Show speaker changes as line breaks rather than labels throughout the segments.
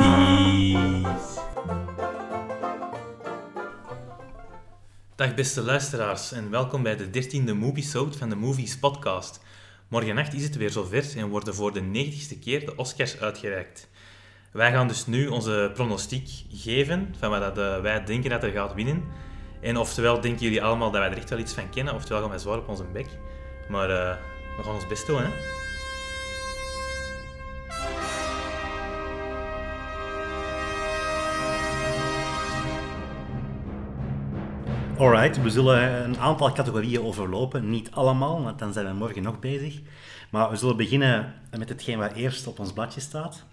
Vies. Dag beste luisteraars en welkom bij de 13e Movie Soap van de Movies Podcast. Morgennacht is het weer zover en worden voor de 90ste keer de Oscars uitgereikt. Wij gaan dus nu onze pronostiek geven van wat dat, eh, wij denken dat er gaat winnen. En oftewel denken jullie allemaal dat wij er echt wel iets van kennen, oftewel gaan wij zwaar op onze bek. Maar eh, we gaan ons best doen, hè.
Alright, we zullen een aantal categorieën overlopen. Niet allemaal, want dan zijn we morgen nog bezig. Maar we zullen beginnen met hetgeen wat eerst op ons bladje staat.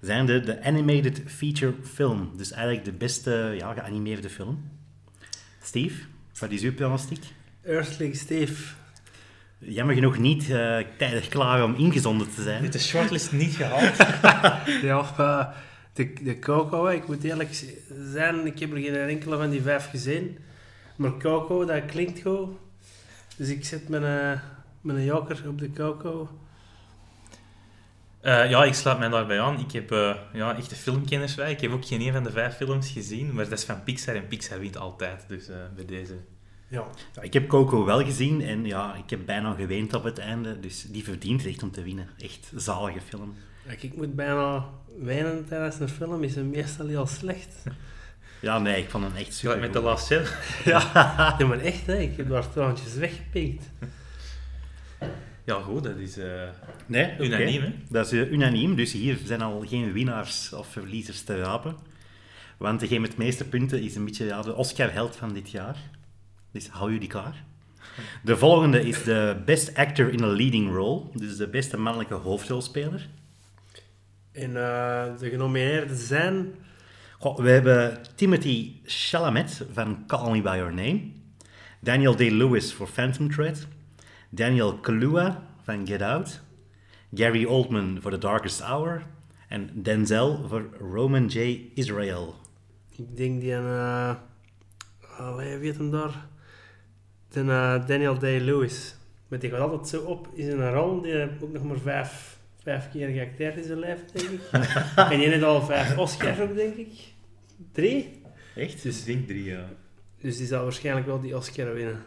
Zijn de, de animated feature film. Dus eigenlijk de beste ja, geanimeerde film. Steve, wat is uw pronostiek?
Earthling Steve.
Jammer genoeg niet eh, tijdig klaar om ingezonden te zijn.
Dit is shortlist niet gehaald.
Ja, eh, de, de Coco, ik moet eerlijk z- zijn, ik heb er geen enkele van die vijf gezien. Maar Coco, dat klinkt goed. Dus ik zet mijn, eh, mijn joker op de Coco.
Eh, ja, ik sluit mij daarbij aan. Ik heb eh, ja, echte filmkenners bij. Ik heb ook geen een van de vijf films gezien, maar dat is van Pixar en Pixar wint altijd. Dus eh, bij deze.
Ja.
Ja, Ik heb Coco wel gezien en ja, ik heb bijna geweend op het einde. Dus die verdient het echt om te winnen. Echt zalige film.
Kijk, Ik moet bijna wenen tijdens een film, is hem meestal heel slecht.
Ja, nee, ik vond hem echt
Gelijk
super.
met de Last Jedi.
Ja, maar echt, hè, ik heb daar traantjes weggepikt.
Ja, goed, dat is. eh,
Nee, oké.
Unaniem, hè?
Dat is eh, unaniem, dus hier zijn al geen winnaars of verliezers te rapen. Want degene met de meeste punten is een beetje ja, de Oscar-held van dit jaar. Dus hou jullie klaar. De volgende is de Best Actor in a Leading Role, dus de beste mannelijke hoofdrolspeler.
En eh, de genomineerden zijn...
Goh, we hebben Timothy Chalamet van Call Me By Your Name. Daniel Day-Lewis voor Phantom Thread. Daniel Kaluuya van Get Out. Gary Oldman voor The Darkest Hour. En Denzel voor Roman J. Israel.
Ik denk die aan... eh allee, wie heet hem daar? De, eh, Daniel Day-Lewis. Maar die gaat altijd zo op in zijn rol. Die heeft ook nog maar vijf, vijf keer geacteerd in zijn leven, denk ik. en die heeft al vijf Oscars ook, denk ik. Drie.
Echt? Dus ik denk drie, ja.
Dus die zal waarschijnlijk wel die Oscar winnen.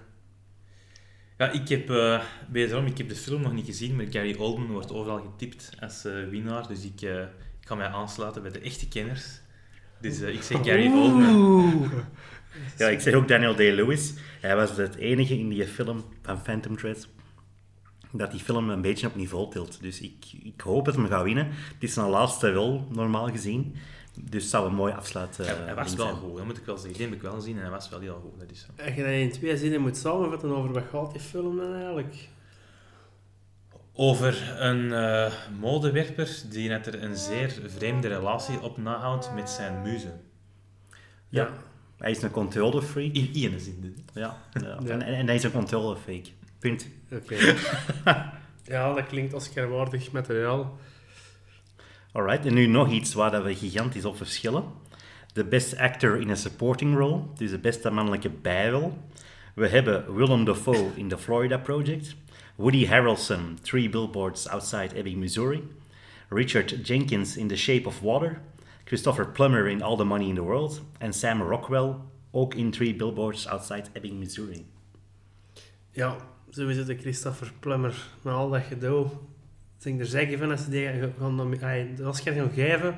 Ja, ik heb, eh wederom, ik heb de film nog niet gezien, maar Gary Oldman wordt overal getipt als eh, winnaar. Dus ik, eh, ik ga mij aansluiten bij de echte kenners. Dus eh, ik zeg Gary Oldman.
Oeh. Ja, ik zeg ook Daniel Day-Lewis. Hij was het enige in die film van Phantom Thread dat die film een beetje op niveau tilt. Dus ik, ik hoop dat hij hem gaat winnen. Het is zijn laatste rol, normaal gezien. Dus het zou een mooi afsluit eh,
Hij, hij was
ding
wel
zijn.
goed, dat moet ik wel zeggen. Die heb ik wel gezien en hij was wel heel goed. Dat is zo.
Als je dat in twee zinnen moet samenvatten over wat gaat die film dan eigenlijk?
Over een eh, modewerper die net er een zeer vreemde relatie op nahoudt met zijn muze.
Ja. Hij is een controlefreak.
In ene zin. dus.
Ja. ja. En, en hij is een controlefreak. Punt.
Oké. ja, dat klinkt Oscar-waardig materiaal.
Alright, en nu nog iets waar dat we gigantisch op verschillen. De best actor in a supporting role, dus de beste mannelijke bijrol. We hebben Willem Dafoe in The Florida Project. Woody Harrelson, Three Billboards Outside Ebbing, Missouri. Richard Jenkins in The Shape of Water. Christopher Plummer in All the Money in the World. En Sam Rockwell, ook in Three Billboards Outside Ebbing, Missouri.
Ja, zo is het de Christopher Plummer. Na al dat gedoe, ik denk er zeker van als ze die gaan- gaan nomi- ay, de Oscar gaan geven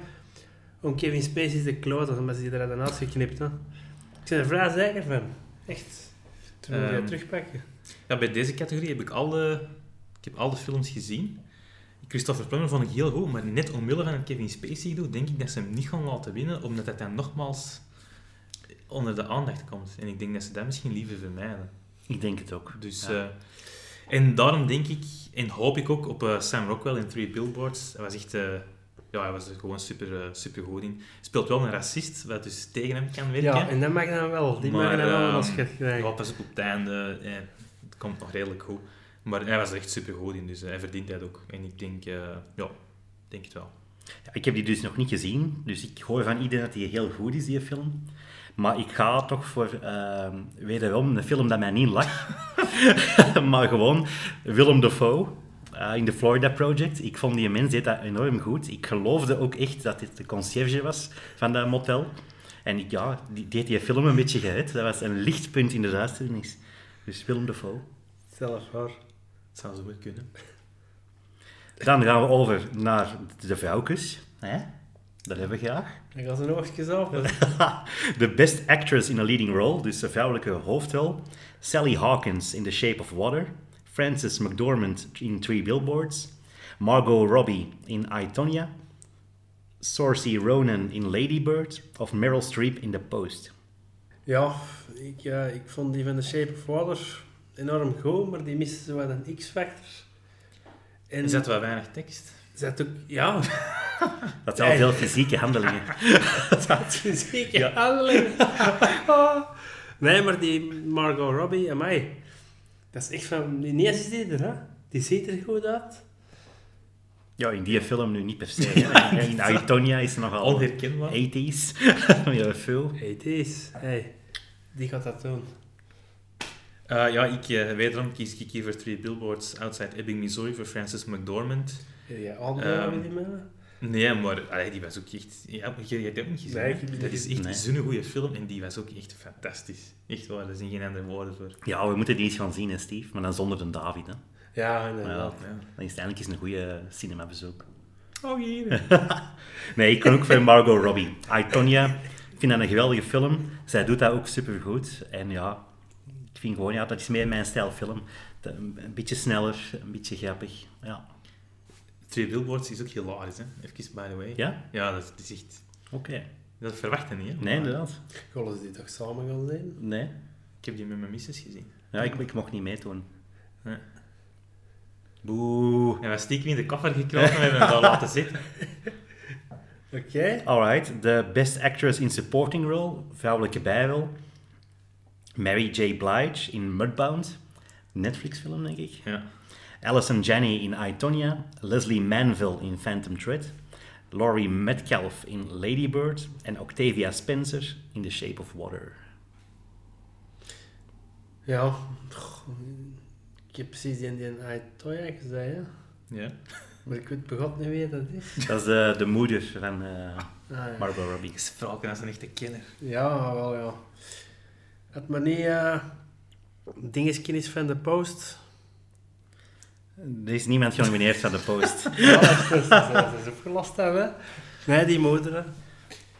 om Kevin Spacey te kloten, omdat ze die eruit hadden uitgeknipt. Hè. Ik ben er vrij zeker van. Echt. Toen moet je
Ehm.
dat terugpakken.
Ja, bij deze categorie heb ik al de, ik heb al de films gezien. Christopher Plummer vond ik heel goed, maar net omwille van het Kevin Spacey doet, denk ik dat ze hem niet gaan laten winnen, omdat dat dan nogmaals onder de aandacht komt. En ik denk dat ze dat misschien liever vermijden.
Ik denk het ook.
Dus,
Ja.
eh, en daarom denk ik, en hoop ik ook, op eh, Sam Rockwell in Three Billboards. Hij was echt... eh, ja, hij was er gewoon super, super goed in. Speelt wel een racist, wat dus tegen hem kan werken.
Ja, en dat mag dan wel. Die
Maar,
mag dan wel een
ehm,
Oscar
Ja,
krijgen.
pas op op het einde. eh, het komt nog redelijk goed. Maar hij was er echt super goed in, dus eh, hij verdient dat ook. En ik denk, eh, ja, ik denk het wel.
Ja, Ik heb die dus nog niet gezien, dus ik hoor van iedereen dat die heel goed is, die film. Maar ik ga toch voor, ehm, wederom, een film dat mij niet lag. maar gewoon Willem Dafoe eh, in de Florida Project. Ik vond die mens deed dat enorm goed. Ik geloofde ook echt dat dit de concierge was van dat motel. En ik, ja, die deed die film een beetje gered. Dat was een lichtpunt in de duisternis. Dus Willem Dafoe.
Zelf hoor.
Het zou zo goed kunnen.
Dan gaan we over naar de vrouwkes. Hè? Dat hebben we graag.
Ik had een oogjes open.
De best actress in a leading role, dus de vrouwelijke hoofdrol. Sally Hawkins in The Shape of Water. Frances McDormand in Three Billboards. Margot Robbie in I, Tonya. Saoirse Ronan in Lady Bird. Of Meryl Streep in The Post.
Ja, ik, eh, ik vond die van The Shape of Water enorm goed, maar die miste zo wat een X-factor. En
Is dat wel weinig tekst?
zat ook... Ja,
Dat zijn al veel fysieke handelingen.
fysieke ja. handeling. Ah. nee, maar die Margot Robbie, mij. Dat is echt van... Ineens is die er, hè. Die ziet er goed uit.
Ja, in die film nu niet per se. hè. in I, Tonya is het nogal
Onherkenbaar.
80s. ja, veel.
Hey, deze. Hey, die gaat dat doen.
Eh, ja, ik, eh, wederom kies ik hier voor Three Billboards Outside Ebbing, Missouri voor Frances McDormand.
Heb je andere
Ehm,
met die mannen?
Nee, maar allee, die was ook echt... Ja, maar jij jij hebt die ook niet gezien.
Nee, ik heb die
dat
niet
is echt
Nee.
zo'n goede film en die was ook echt fantastisch. Echt waar, daar zijn geen andere woorden voor.
Ja, we moeten die eens gaan zien, hè, Steve. Maar dan zonder de David. Hè.
Ja, eh, inderdaad.
Ja.
Dan is het eindelijk eens een goede cinemabezoek.
Oh, hier.
Nee, ik kan ook voor Margot Robbie. I, Tonya, ik vind dat een geweldige film. Zij doet dat ook supergoed. En ja, ik vind gewoon, ja, dat is meer mijn stijl film. De- Een beetje sneller, een beetje grappig. Ja,
Three Billboards is ook hilarisch, hè. Even by the way.
ja?
Ja, dat is echt...
oké.
Dat verwacht je niet, hè.
Nee, inderdaad.
Zullen ze die toch samen gaan zien?
Nee.
Ik heb die met mijn missus gezien.
Ja, ik, ik mocht niet meedoen.
Nee.
Boe.
En we stiekem in de koffer gekropen en hebben hem daar laten zitten.
Oké.
Alright, de Best Actress in Supporting Role, vrouwelijke bijrol. Mary J. Blige in Mudbound. Netflix-film, denk ik.
Ja.
Alison Janney in I, Tonya, Leslie Manville in Phantom Thread, Laurie Metcalf in Lady Bird en Octavia Spencer in The Shape of Water.
Ja, goh, ik heb precies die, die Aitoya gezegd, hè?
Ja.
maar ik weet begot niet wie dat is.
Dat is de, de moeder van eh,
Ah, ja.
Margot Robbie.
Gesproken als een echte kenner.
ja, wel ja. Het maar niet eh, dingetje is van de post.
Er is niemand genomineerd van de post.
Ja, dat is- dat is- dat is opgelost hebben. Nee, die moeder. hè.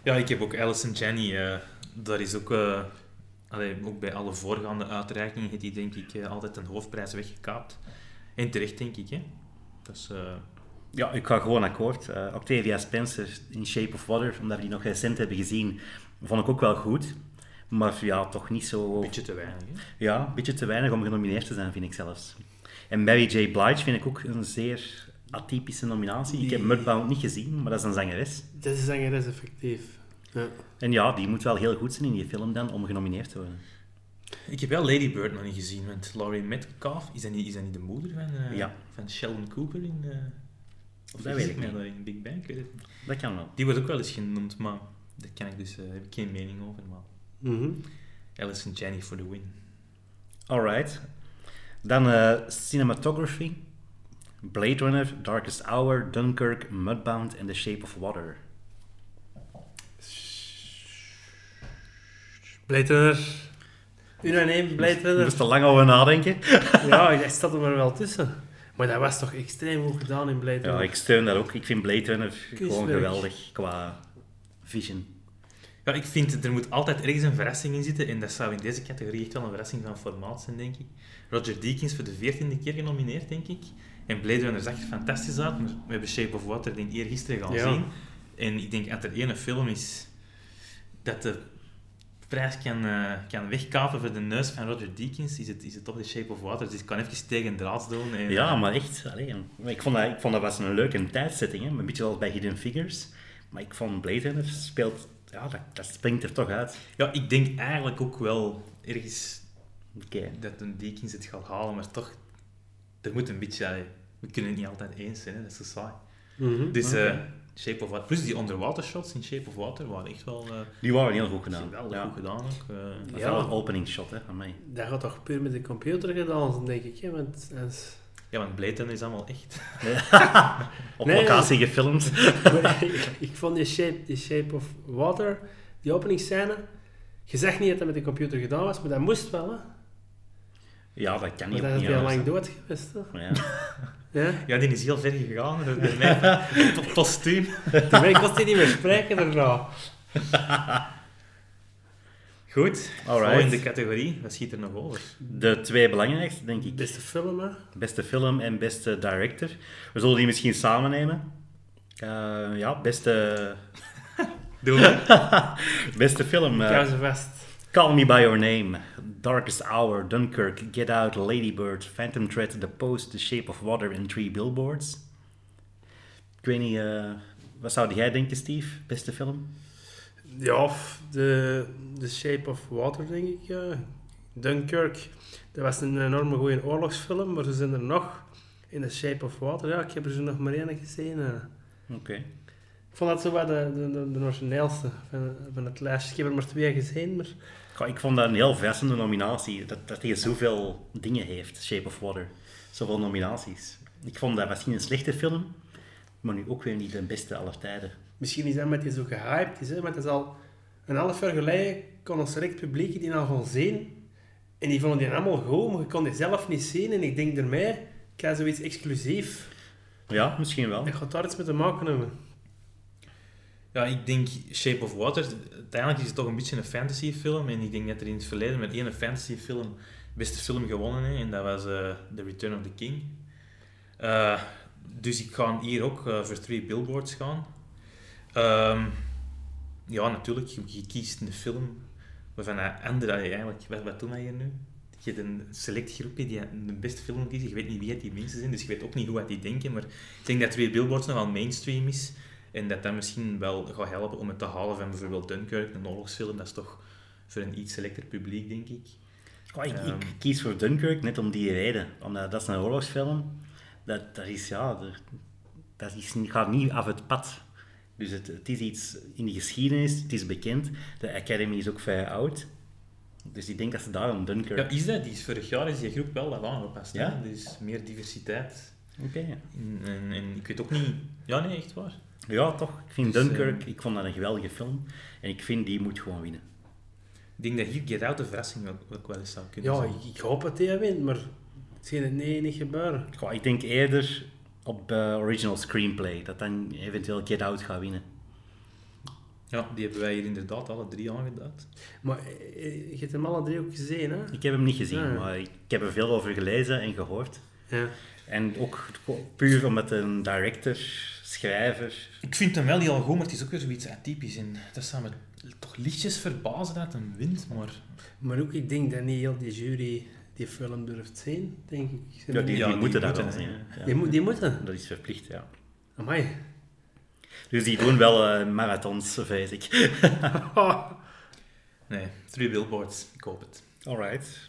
Ja, ik heb ook Alison Jenny. eh daar is ook, eh, allee, ook bij alle voorgaande uitreikingen heeft die denk ik eh, altijd een hoofdprijs weggekaapt. En terecht denk ik, hè. Dus, eh,
ja, ik ga gewoon akkoord. Eh, Octavia Spencer in Shape of Water, omdat we die nog recent hebben gezien, vond ik ook wel goed. Maar ja, toch niet zo...
een beetje te weinig, hè.
Ja, een beetje te weinig om genomineerd te zijn, vind ik zelfs. En Mary J. Blige vind ik ook een zeer atypische nominatie. Ik heb
Die-
Mudbound niet gezien, maar dat is een zangeres.
Dat is zangeres effectief. Ja.
En ja, die moet wel heel goed zijn in die film dan om genomineerd te worden.
Ik heb wel Lady Bird nog niet gezien, want Laurie Metcalf, is dat niet, is dat niet de moeder van, eh,
Ja.
van Sheldon Cooper in... eh of
Dat
is
weet
het
ik
nou
niet.
in Big Bang? Ik weet het niet.
Dat kan wel.
Die wordt ook wel eens genoemd, maar daar kan ik dus, eh, heb ik geen mening over. Maar
Mhm.
Alison Jenny for the win.
Alright. Dan eh, cinematography. Blade Runner, Darkest Hour, Dunkirk, Mudbound en The Shape of Water.
Blade Runner. Unaniem, Blade
Daar
Runner.
is te lang over nadenken.
Ja, ik zat er maar wel tussen. Maar dat was toch extreem goed gedaan in Blade
Ja,
Runner.
ik steun dat ook. Ik vind Blade Runner gewoon
Kunstwerk.
geweldig qua vision.
Ja, ik vind, er moet altijd ergens een verrassing in zitten. En dat zou in deze categorie echt wel een verrassing van formaat zijn, denk ik. Roger Deakins voor de veertiende keer genomineerd, denk ik. En Blade Runner zag er fantastisch uit, maar we hebben Shape of Water denk ik eergisteren gaan
Ja.
zien. En ik denk, dat er één film is dat de prijs kan, eh, kan wegkapen voor de neus van Roger Deakins, is het, is het toch de Shape of Water. Dus ik kan even tegen draad doen. En,
Ja, maar echt. Allee, ik, vond dat, ik vond dat was een leuke tijdzetting. Hè? Een beetje zoals bij Hidden Figures. Maar ik vond Blade Runner speelt... Ja, dat, dat springt er toch uit.
ja, ik denk eigenlijk ook wel ergens
Oké.
dat een Deakins het gaat halen, maar toch, er moet een beetje... allee, we kunnen het niet altijd eens zijn, hè, dat is zo saai.
Mhm.
Dus
Oké.
eh, Shape of Water, plus die onderwatershots in Shape of Water waren echt wel eh,
Die waren heel goed gedaan.
geweldig
ja.
goed gedaan ook. eh.
Dat
Ja.
is wel een opening shot, hè, van mij.
Dat gaat toch puur met de computer gedaan zijn, denk ik. Hè? Want als
Ja, want Blade Runner is allemaal echt.
Op
Nee.
locatie gefilmd.
Maar ik, ik vond die shape, die shape of Water, die openingsscène... Je zegt niet dat dat met de computer gedaan was, maar dat moest wel, hè.
Ja, dat kan
Maar
niet
dat is
opnieuw.
heel lang
hè.
dood geweest, hè.
Ja.
Ja?
Ja, die is heel ver gegaan. Dat is mij het kostuum.
Toen kost hij niet meer spreken daarna.
Goed,
Alright.
volgende categorie. Wat schiet er nog over?
De twee belangrijkste, denk ik.
Beste film, hè.
Beste film en beste director. We zullen die misschien samen nemen. Eh, ja, beste,
Doen we.
beste film. eh,
Ik hou ze vast.
Call Me By Your Name, Darkest Hour, Dunkirk, Get Out, Ladybird, Phantom Thread, The Post, The Shape of Water en Three Billboards. Ik weet niet, eh, wat zou jij denken, Steve? Beste film?
Ja, of de, de Shape of Water, denk ik. ja. Dunkirk, dat was een enorme goede oorlogsfilm, maar ze zijn er nog. In The Shape of Water, ja, ik heb er zo nog maar één gezien. hè.
Oké.
Ik vond dat zo wat de, de, de, de origineelste van, van het lijstje. Ik heb er maar twee gezien, maar...
Goh, Ik vond dat een heel verrassende nominatie, dat, dat hij zoveel dingen heeft, Shape of Water. Zoveel nominaties. Ik vond dat misschien een slechte film, maar nu ook weer niet de beste aller tijden.
Misschien is dat met die zo gehyped is, hè? maar het is al een half jaar geleden kon ons direct publiek die al van zien. En die vonden die allemaal goed, maar je kon die zelf niet zien. En ik denk daarmee, ik ga zoiets exclusief.
Ja, misschien wel.
Dat gaat daar iets mee te maken hebben.
Ja, ik denk Shape of Water. Uiteindelijk is het toch een beetje een fantasyfilm. En ik denk dat er in het verleden met één fantasyfilm beste film gewonnen heeft. En dat was eh, The Return of the King. Eh, dus ik ga hier ook eh, voor Three Billboards gaan. Ehm, ja, natuurlijk. Je, je kiest een film waarvan hij andere eigenlijk... Wat, wat doen wij hier nu? Je hebt een select groepje die de beste film kiezen. Je weet niet wie het die mensen zijn, dus je weet ook niet hoe wat die denken. Maar ik denk dat Three Billboards nogal mainstream is. En dat dat misschien wel gaat helpen om het te halen van bijvoorbeeld Dunkirk, een oorlogsfilm. Dat is toch voor een iets selecter publiek, denk ik.
Goh, ik,
Ehm.
ik kies voor Dunkirk net om die reden. Omdat dat is een oorlogsfilm. Dat, dat is, ja... er- Dat is, niet- gaat niet af het pad. Dus het, het is iets in de geschiedenis. Het is bekend. De Academy is ook vrij oud. Dus ik denk dat ze daarom Dunkirk...
Ja, is dat? Die is vorig jaar is die groep wel wat aangepast. hè?
Ja?
Er is meer diversiteit.
Oké.
En, en, en ik weet ook niet... Ja, nee, echt waar.
Ja, toch. Ik vind
Dus,
Dunkirk...
ehm,
Ik vond dat een geweldige film. En ik vind die moet gewoon winnen.
Ik denk dat hier Get Out de verrassing wel- ook wel eens zou kunnen
Ja,
zijn.
ik, ik hoop dat hij wint, maar het gaat het nee niet gebeuren.
Goh, ik denk eerder op eh, original screenplay. Dat dan eventueel Get Out gaat winnen.
Ja, die hebben wij hier inderdaad alle drie aangeduid.
Maar eh, eh, je hebt hem alle drie ook gezien, hè?
Ik heb hem niet gezien,
Ja.
maar ik ik heb er veel over gelezen en gehoord.
Ja.
En ook puur omdat een director, schrijver...
Ik vind hem wel heel goed, maar het is ook weer zoiets atypisch. En dat zou me toch lichtjes verbazen dat hem wint, maar...
Maar ook, ik denk dat niet heel die jury die film durft zien, denk ik.
Ja, die,
Ja,
die
die
moeten dat wel
moeten,
zien.
hè.
hè. Ja.
Die, moet- die moeten.
Dat is verplicht, ja.
Amai.
Dus die doen wel eh, marathons, vrees ik.
Nee, Three Billboards. Ik hoop het.
Alright.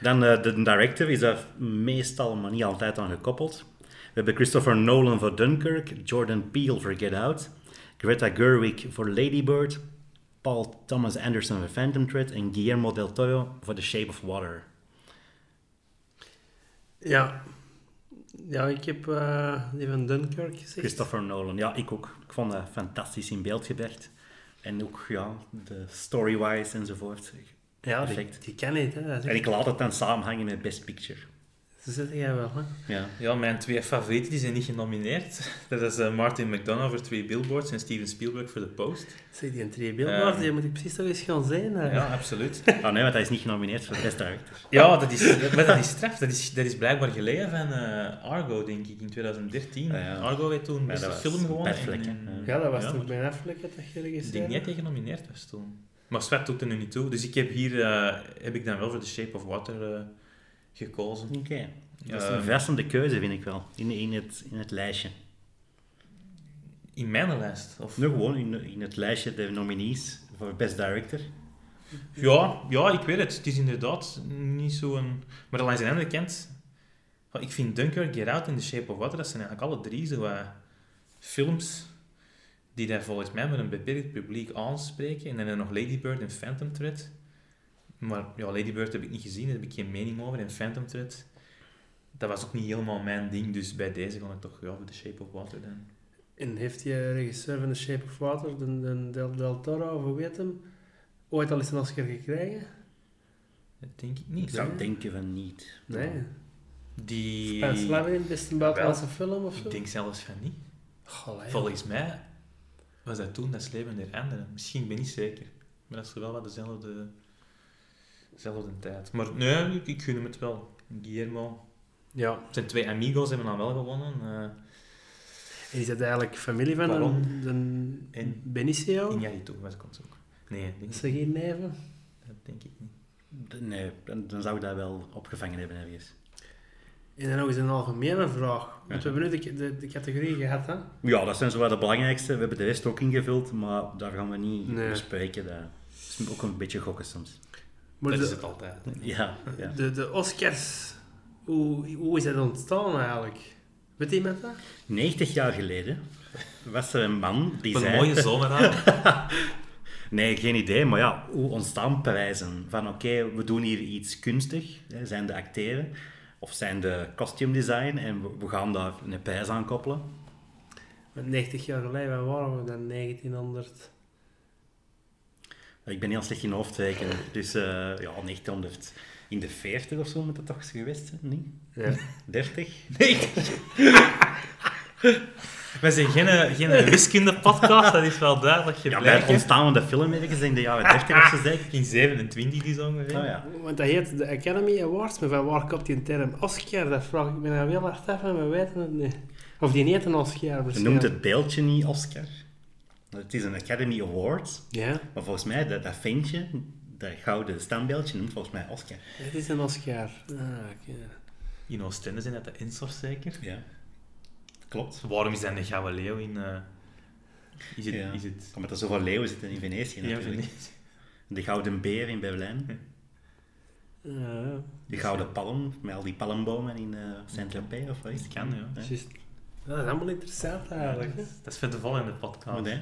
Dan eh, de director is daar meestal, maar niet altijd aan gekoppeld. We hebben Christopher Nolan voor Dunkirk, Jordan Peele voor Get Out, Greta Gerwig voor Lady Bird, Paul Thomas Anderson voor Phantom Thread en Guillermo del Toro voor The Shape of Water.
Ja. Ja, ik heb eh die van Dunkirk gezegd.
Christopher Nolan, ja, ik ook. Ik vond dat fantastisch in beeld gebracht. En ook, ja, de story-wise enzovoort.
Ja, die,
Perfect.
die kan niet, hè. Dat is
En
echt-
ik laat het dan samenhangen met Best Picture.
Ze zitten jij wel, hè.
Ja.
Ja, mijn twee favorieten die zijn niet genomineerd. Dat is eh, Martin McDonough voor Three Billboards en Steven Spielberg voor The Post.
Zeg, die drie billboards,
Ehm.
die moet ik precies toch eens gaan zien. hè.
Ja, absoluut.
Ah nee, want hij is niet genomineerd voor Best Director.
Ja, dat is, maar dat is straf. Dat is, dat is blijkbaar geleden van eh, Argo, denk ik, in 2013.
Ah, ja.
Argo heeft toen beste
dat was
film gewonnen.
Batfleck,
en-
hè.
en-
Ja, dat was
Ja,
toch
maar
bijna afgelopen dat je
Ik
geregistreerd
denk niet dat hij genomineerd was toen. Maar Svet doet er nu niet toe. Dus ik heb hier eh, heb ik dan wel voor The Shape of Water eh, gekozen.
Oké. Dat is
Ehm,
een verrassende keuze, vind ik wel, in, in, het, in het lijstje.
in mijn lijst. Of...
Nu gewoon in, in het lijstje de nominees voor Best Director.
Ja, ja, ik weet het. Het is inderdaad niet zo'n... Maar langs de andere kant... ja, Ik vind Dunkirk, Get Out en The Shape of Water, dat zijn eigenlijk alle drie zo wat films die daar volgens mij met een beperkt publiek aanspreken. En dan heb je nog Lady Bird en Phantom Thread. Maar ja, Lady Bird heb ik niet gezien, daar heb ik geen mening over. En Phantom Thread... Dat was ook niet helemaal mijn ding, dus bij deze kon ik toch ja, voor The Shape of Water dan.
En heeft die regisseur van The Shape of Water, de, de Del, Del Toro, of hoe weet hem, ooit al eens een Oscar gekregen?
Dat denk ik
Ik
niet.
zou
hè.
denken van niet.
Nee.
Die...
Van Slavin, beste buitenlandse film of zo?
Ik denk zelfs van niet.
Ah,
Goh,
Volgens mij was dat toen dat Sleven der Anderen. Misschien ik ben ik niet zeker. Maar dat is wel wat dezelfde, dezelfde tijd. Maar nee, ik, ik gun hem het wel. Guillermo.
Ja.
Zijn twee amigos hebben dan wel gewonnen. eh
En is dat eigenlijk familie van
Waarom?
een, een
En-
Benicio?
Oh.
Iñárritu was ik ons ook. Nee, denk
Dat
ik,
zijn geen neven.
dat denk ik niet.
D- Nee, dan, dan zou ik dat wel opgevangen hebben ergens.
En dan nog eens een algemene vraag. Want we hebben nu de, de, de categorie gehad, hè?
Ja, dat zijn zo wel de belangrijkste. We hebben de rest ook ingevuld, maar daar gaan we niet
Nee.
bespreken. Dat is ook een beetje gokken soms.
Maar
dat is
de,
het altijd.
Ja, ja.
de, de Oscars, hoe, hoe is dat ontstaan eigenlijk? Weet iemand dat?
90 jaar geleden was er een man die
Wat
zei...
een mooie zomer aan.
Nee, geen idee. Maar ja, hoe ontstaan prijzen? Van oké, we doen hier iets kunstig. Hè, zijn de acteren of zijn de costume design en we, we gaan daar een prijs aan koppelen.
Want 90 jaar geleden, waar waren we dan? 1900?
Ik ben heel slecht in hoofdrekenen. Dus eh ja, 1900 in de 40 of zo moet dat toch geweest zijn, niet?
Ja.
30?
Wij zijn geen, eh, geen wiskundepodcast, dat is wel duidelijk
Ja, bij
gebleken.
het ontstaan van de film ergens in de jaren 30 of zo, zeg ik.
in 27 is ongeveer.
Nou ja.
Want dat heet de Academy Awards, maar van waar komt die term Oscar? Dat vraag ik me nou heel hard af en we weten het niet. Of die heet een Oscar
Ze noemt
waarschijnlijk.
het deeltje niet Oscar. Het is een Academy Award.
Ja,
Maar volgens mij, dat, dat ventje, dat gouden standbeeldje, noemt volgens mij Oscar.
het is een Oscar. Ah, oké.
In Oostende zijn dat de Insof zeker.
Ja. Klopt.
Waarom is dat een gouden leeuw in... eh, is het...
Ja.
Is het
Omdat er zoveel leeuwen zitten in Venetië
ja,
natuurlijk.
vind ik.
De Gouden Beer in Berlijn.
Ja,
De Gouden Palm, met al die palmbomen in eh, Saint-Tropez of wat is het?
Kan, ja.
Ja.
juist. Dat is allemaal interessant eigenlijk. hè.
Dat is voor de volgende
Goed,
podcast.
hè?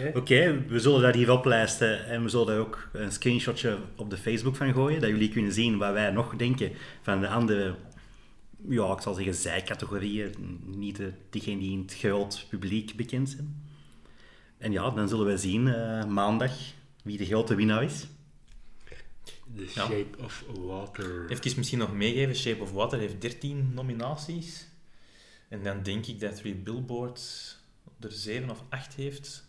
Oké.
Oké, we zullen dat hier oplijsten en we zullen daar ook een screenshotje op de Facebook van gooien, dat jullie kunnen zien wat wij nog denken van de andere, ja, ik zal zeggen zijcategorieën, niet de, diegenen die in het groot publiek bekend zijn. En ja, dan zullen we zien eh, maandag wie de grote winnaar is.
The
Ja.
shape of water.
Even misschien nog meegeven, Shape of Water heeft 13 nominaties. En dan denk ik dat Three Billboards er 7 of 8 heeft.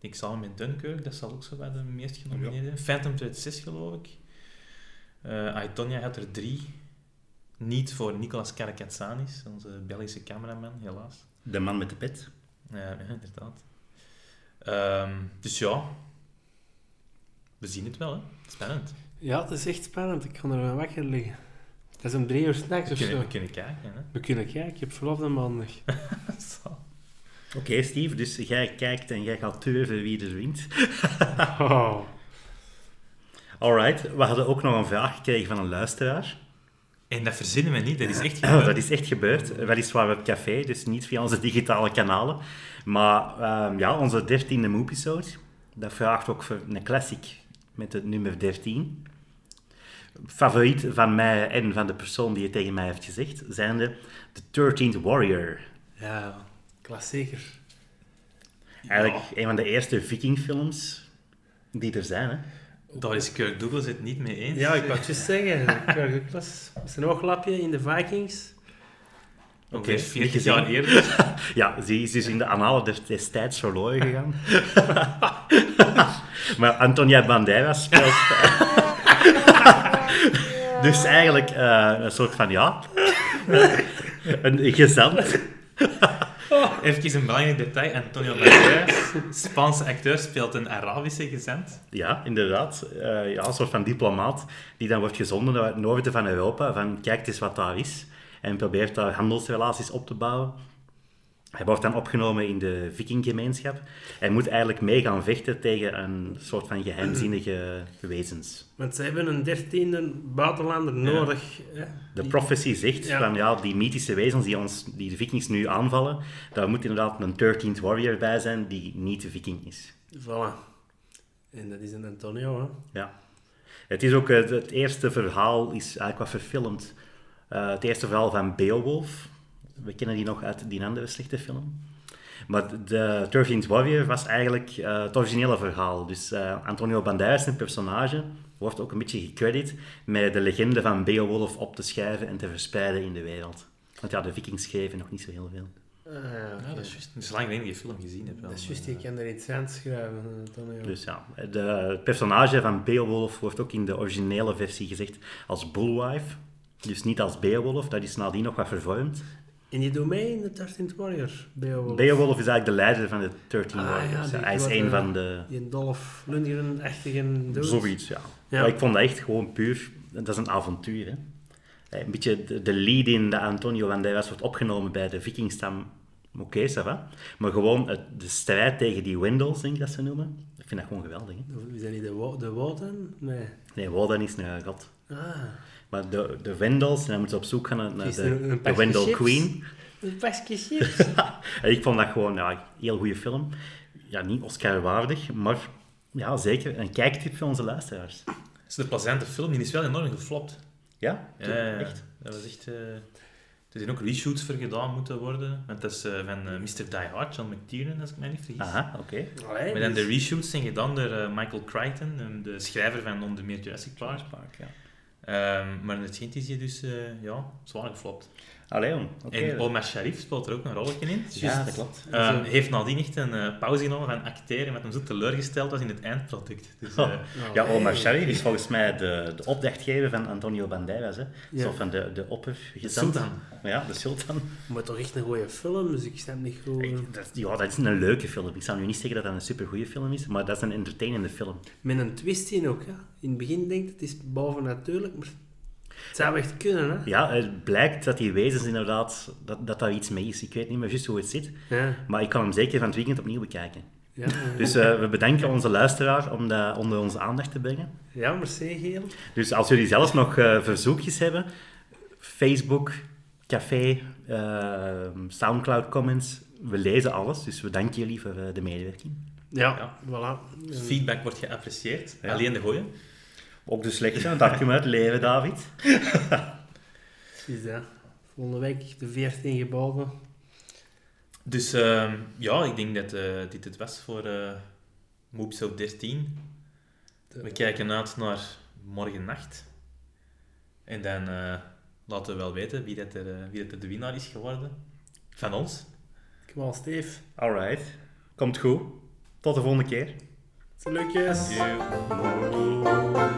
Ik denk samen met Dunkirk, dat zal ook zo bij de meest genomineerden. zijn. Phantom Thread 6 geloof ik. Eh Aitonia had er 3. Niet voor Nicolas Karakatsanis, onze Belgische cameraman, helaas.
De man met de pet.
Ja, ja, inderdaad. Ehm, dus ja, we zien het wel, hè. Spannend.
Ja, het is echt spannend. Ik kan er van wakker liggen. Dat is om drie uur s'nachts
We
of
kunnen,
zo.
we kunnen kijken, hè.
We kunnen kijken. Ik heb verlof de maandag.
Zo.
Oké, Steve, dus jij kijkt en jij gaat turven wie er wint.
Oh.
Alright, we hadden ook nog een vraag gekregen van een luisteraar. Oh,
En dat verzinnen we niet, dat is echt gebeurd.
Dat is echt gebeurd. Weliswaar op café, dus niet via onze digitale kanalen. Maar ehm, ja, onze dertiende Moepisode, dat vraagt ook voor een classic met het nummer 13. Favoriet van mij en van de persoon die het tegen mij heeft gezegd, zijn de The 13th Warrior.
Ja, klassieker.
Eigenlijk een van de eerste vikingfilms die er zijn, hè.
Daar is Kirk Douglas het niet mee eens.
Ja, ik wou het juist zeggen. Kirk Douglas met zijn ooglapje in de Vikings.
Oké,
niet
40
gezien.
jaar eerder.
Ja, ze is dus in de analen des- destijds verloren gegaan. maar Antonia Banderas speelt... dus eigenlijk eh, een soort van, ja... een gezant.
Even een belangrijk detail. Antonio Banderas, Spaanse acteur, speelt een Arabische gezant.
Ja, inderdaad. Eh, ja, een soort van diplomaat die dan wordt gezonden naar het noorden van Europa. Van kijk eens wat daar is. En probeert daar handelsrelaties op te bouwen. Hij wordt dan opgenomen in de vikinggemeenschap. Hij moet eigenlijk mee gaan vechten tegen een soort van geheimzinnige wezens.
Want ze hebben een dertiende buitenlander nodig. Hè?
De prophecy zegt
Ja.
van ja, die mythische wezens die, ons, die de vikings nu aanvallen, daar moet inderdaad een 13th warrior bij zijn die niet de viking is.
Voilà. En dat is een Antonio, hè.
Ja. Het is ook eh, het, eerste verhaal is eigenlijk wat verfilmd. Eh, het eerste verhaal van Beowulf. We kennen die nog uit die andere slechte film. Maar de 13th Warrior was eigenlijk eh, het originele verhaal. Dus eh, Antonio Banderas, zijn personage, wordt ook een beetje gecredit met de legende van Beowulf op te schrijven en te verspreiden in de wereld. Want ja, de vikings schreven nog niet zo heel veel.
Ah, ja, oké.
Ja, dat is juist. Het is lang geleden dat je die film gezien hebt. wel,
Dat is juist,
maar, eh,
je kan er iets aan schrijven. eh, Dan, ja.
Dus ja, de, het personage van Beowulf wordt ook in de originele versie gezegd als Bullwife. Dus niet als Beowulf, dat is nadien nog wat vervormd.
En je doet mee in de 13th Warrior, Beowulf.
Beowulf is eigenlijk de leider van de 13
Ah,
Warriors.
ja, die
hij is
wordt,
een
eh,
van de...
Die Dolph Lundgren-achtige dude.
Zoiets, ja.
Ja.
Maar ik vond dat echt gewoon puur... Dat is een avontuur, hè. Eh, Een beetje de, de lead-in dat Antonio Banderas wordt opgenomen bij de vikingstam. Oké, ça va. Maar gewoon het, de strijd tegen die Wendels, denk ik dat ze noemen. Ik vind dat gewoon geweldig, hè.
Of Is dat niet de, wo de Woden? Nee.
Nee, Wodan is een god.
Ah,
Maar de, de Wendels, en dan moeten ze op zoek gaan naar, naar
Is
de,
er een
de
pakje
Wendell
chips?
Queen.
een pakje chips.
En ik vond dat gewoon ja, een heel goede film. Ja, niet Oscar-waardig, maar ja, zeker een kijktip voor onze luisteraars.
Het is een plezante film, die is wel enorm geflopt.
Ja?
Ja, ja, ja. Dat was echt... eh, Er zijn ook reshoots voor gedaan moeten worden. Want dat is eh, van eh, Mr. Die Hard, John McTiernan, als ik mij niet vergis.
Aha, oké.
Allee,
Maar dan de
dus-
reshoots zijn gedaan door eh, Michael Crichton, eh, de schrijver van onder meer Jurassic Park.
Park, ja.
Ehm, maar in het schijnt is hij dus eh, ja, zwaar geflopt.
Allee, jong. Oké.
En Omar Sharif speelt er ook een rolletje in.
Ja, dat klopt.
Ehm,
Zo.
heeft nadien echt een eh, pauze genomen van acteren, met hem zo teleurgesteld was in het eindproduct. Dus, eh,
Oh.
Allee.
Ja, Omar Sharif is volgens mij de, de opdrachtgever van Antonio Banderas. Hè.
Ja.
Zo van de, de oppergezant.
sultan.
Ja, de sultan.
Maar toch echt een goede film, dus ik snap niet goed.
Ik- dat, ja, dat is een leuke film. Ik zou nu niet zeggen dat dat een supergoeie film is, maar dat is een entertainende film.
Met een twist in ook, hè. In het begin denk ik, het is bovennatuurlijk, maar het zou echt kunnen, hè.
Ja, het blijkt dat die wezens inderdaad, dat, dat daar iets mee is. Ik weet niet meer juist hoe het zit,
Ja,
maar ik kan hem zeker van het weekend opnieuw bekijken.
ja.
Dus eh, we bedanken onze luisteraar om dat onder onze aandacht te brengen.
ja merci, Geel.
Dus als jullie zelf nog eh, verzoekjes hebben, Facebook, café, eh, Soundcloud comments, we lezen alles. Dus we danken jullie voor eh, de medewerking.
Ja,
Ja.
voilà.
Dus feedback wordt geapprecieerd,
Ja.
alleen de gooien.
Ook de slechte, want daar kunnen we uit leren, David.
Is dat. Volgende week de 14 gebouwen.
Dus ehm, ja, ik denk dat eh, dit het was voor eh Moopso 13.
De-
We kijken uit naar morgen nacht. En dan eh, laten we wel weten wie, dat er, eh, wie dat er de winnaar is geworden. Van ons.
Kom al, Steve.
Alright, komt goed. Tot de volgende keer.
Salutjes.
Joe.
Morning.